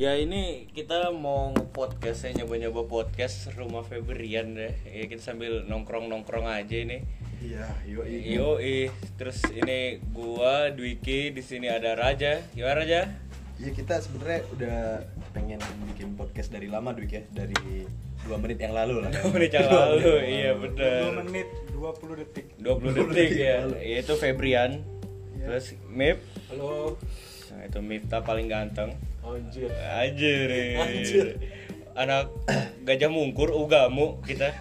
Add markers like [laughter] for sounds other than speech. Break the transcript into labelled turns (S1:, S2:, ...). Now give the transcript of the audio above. S1: Ya ini kita mau nge-podcast ya nyoba-nyoba podcast rumah Febrian deh. Ya kita sambil nongkrong-nongkrong aja ini.
S2: Iya, yo
S1: Yo terus ini gua Dwiki di sini ada Raja. Gimana Raja? [laughs]
S2: Iya kita sebenarnya udah pengen bikin podcast dari lama Dwik ya, dari dua menit yang lalu lah.
S1: Dua menit yang
S2: [laughs] Dua
S1: lalu,
S2: menit yang
S1: iya
S2: lalu.
S1: bener.
S3: 2 menit 20 detik
S1: 20 detik ya. Yaitu Febrian. Terus Mip.
S4: Halo,
S1: Nah, itu Mipta paling ganteng.
S4: anjir.
S1: Anjir.
S4: Anjir.
S1: [laughs] Anak gajah mungkur ugamu kita.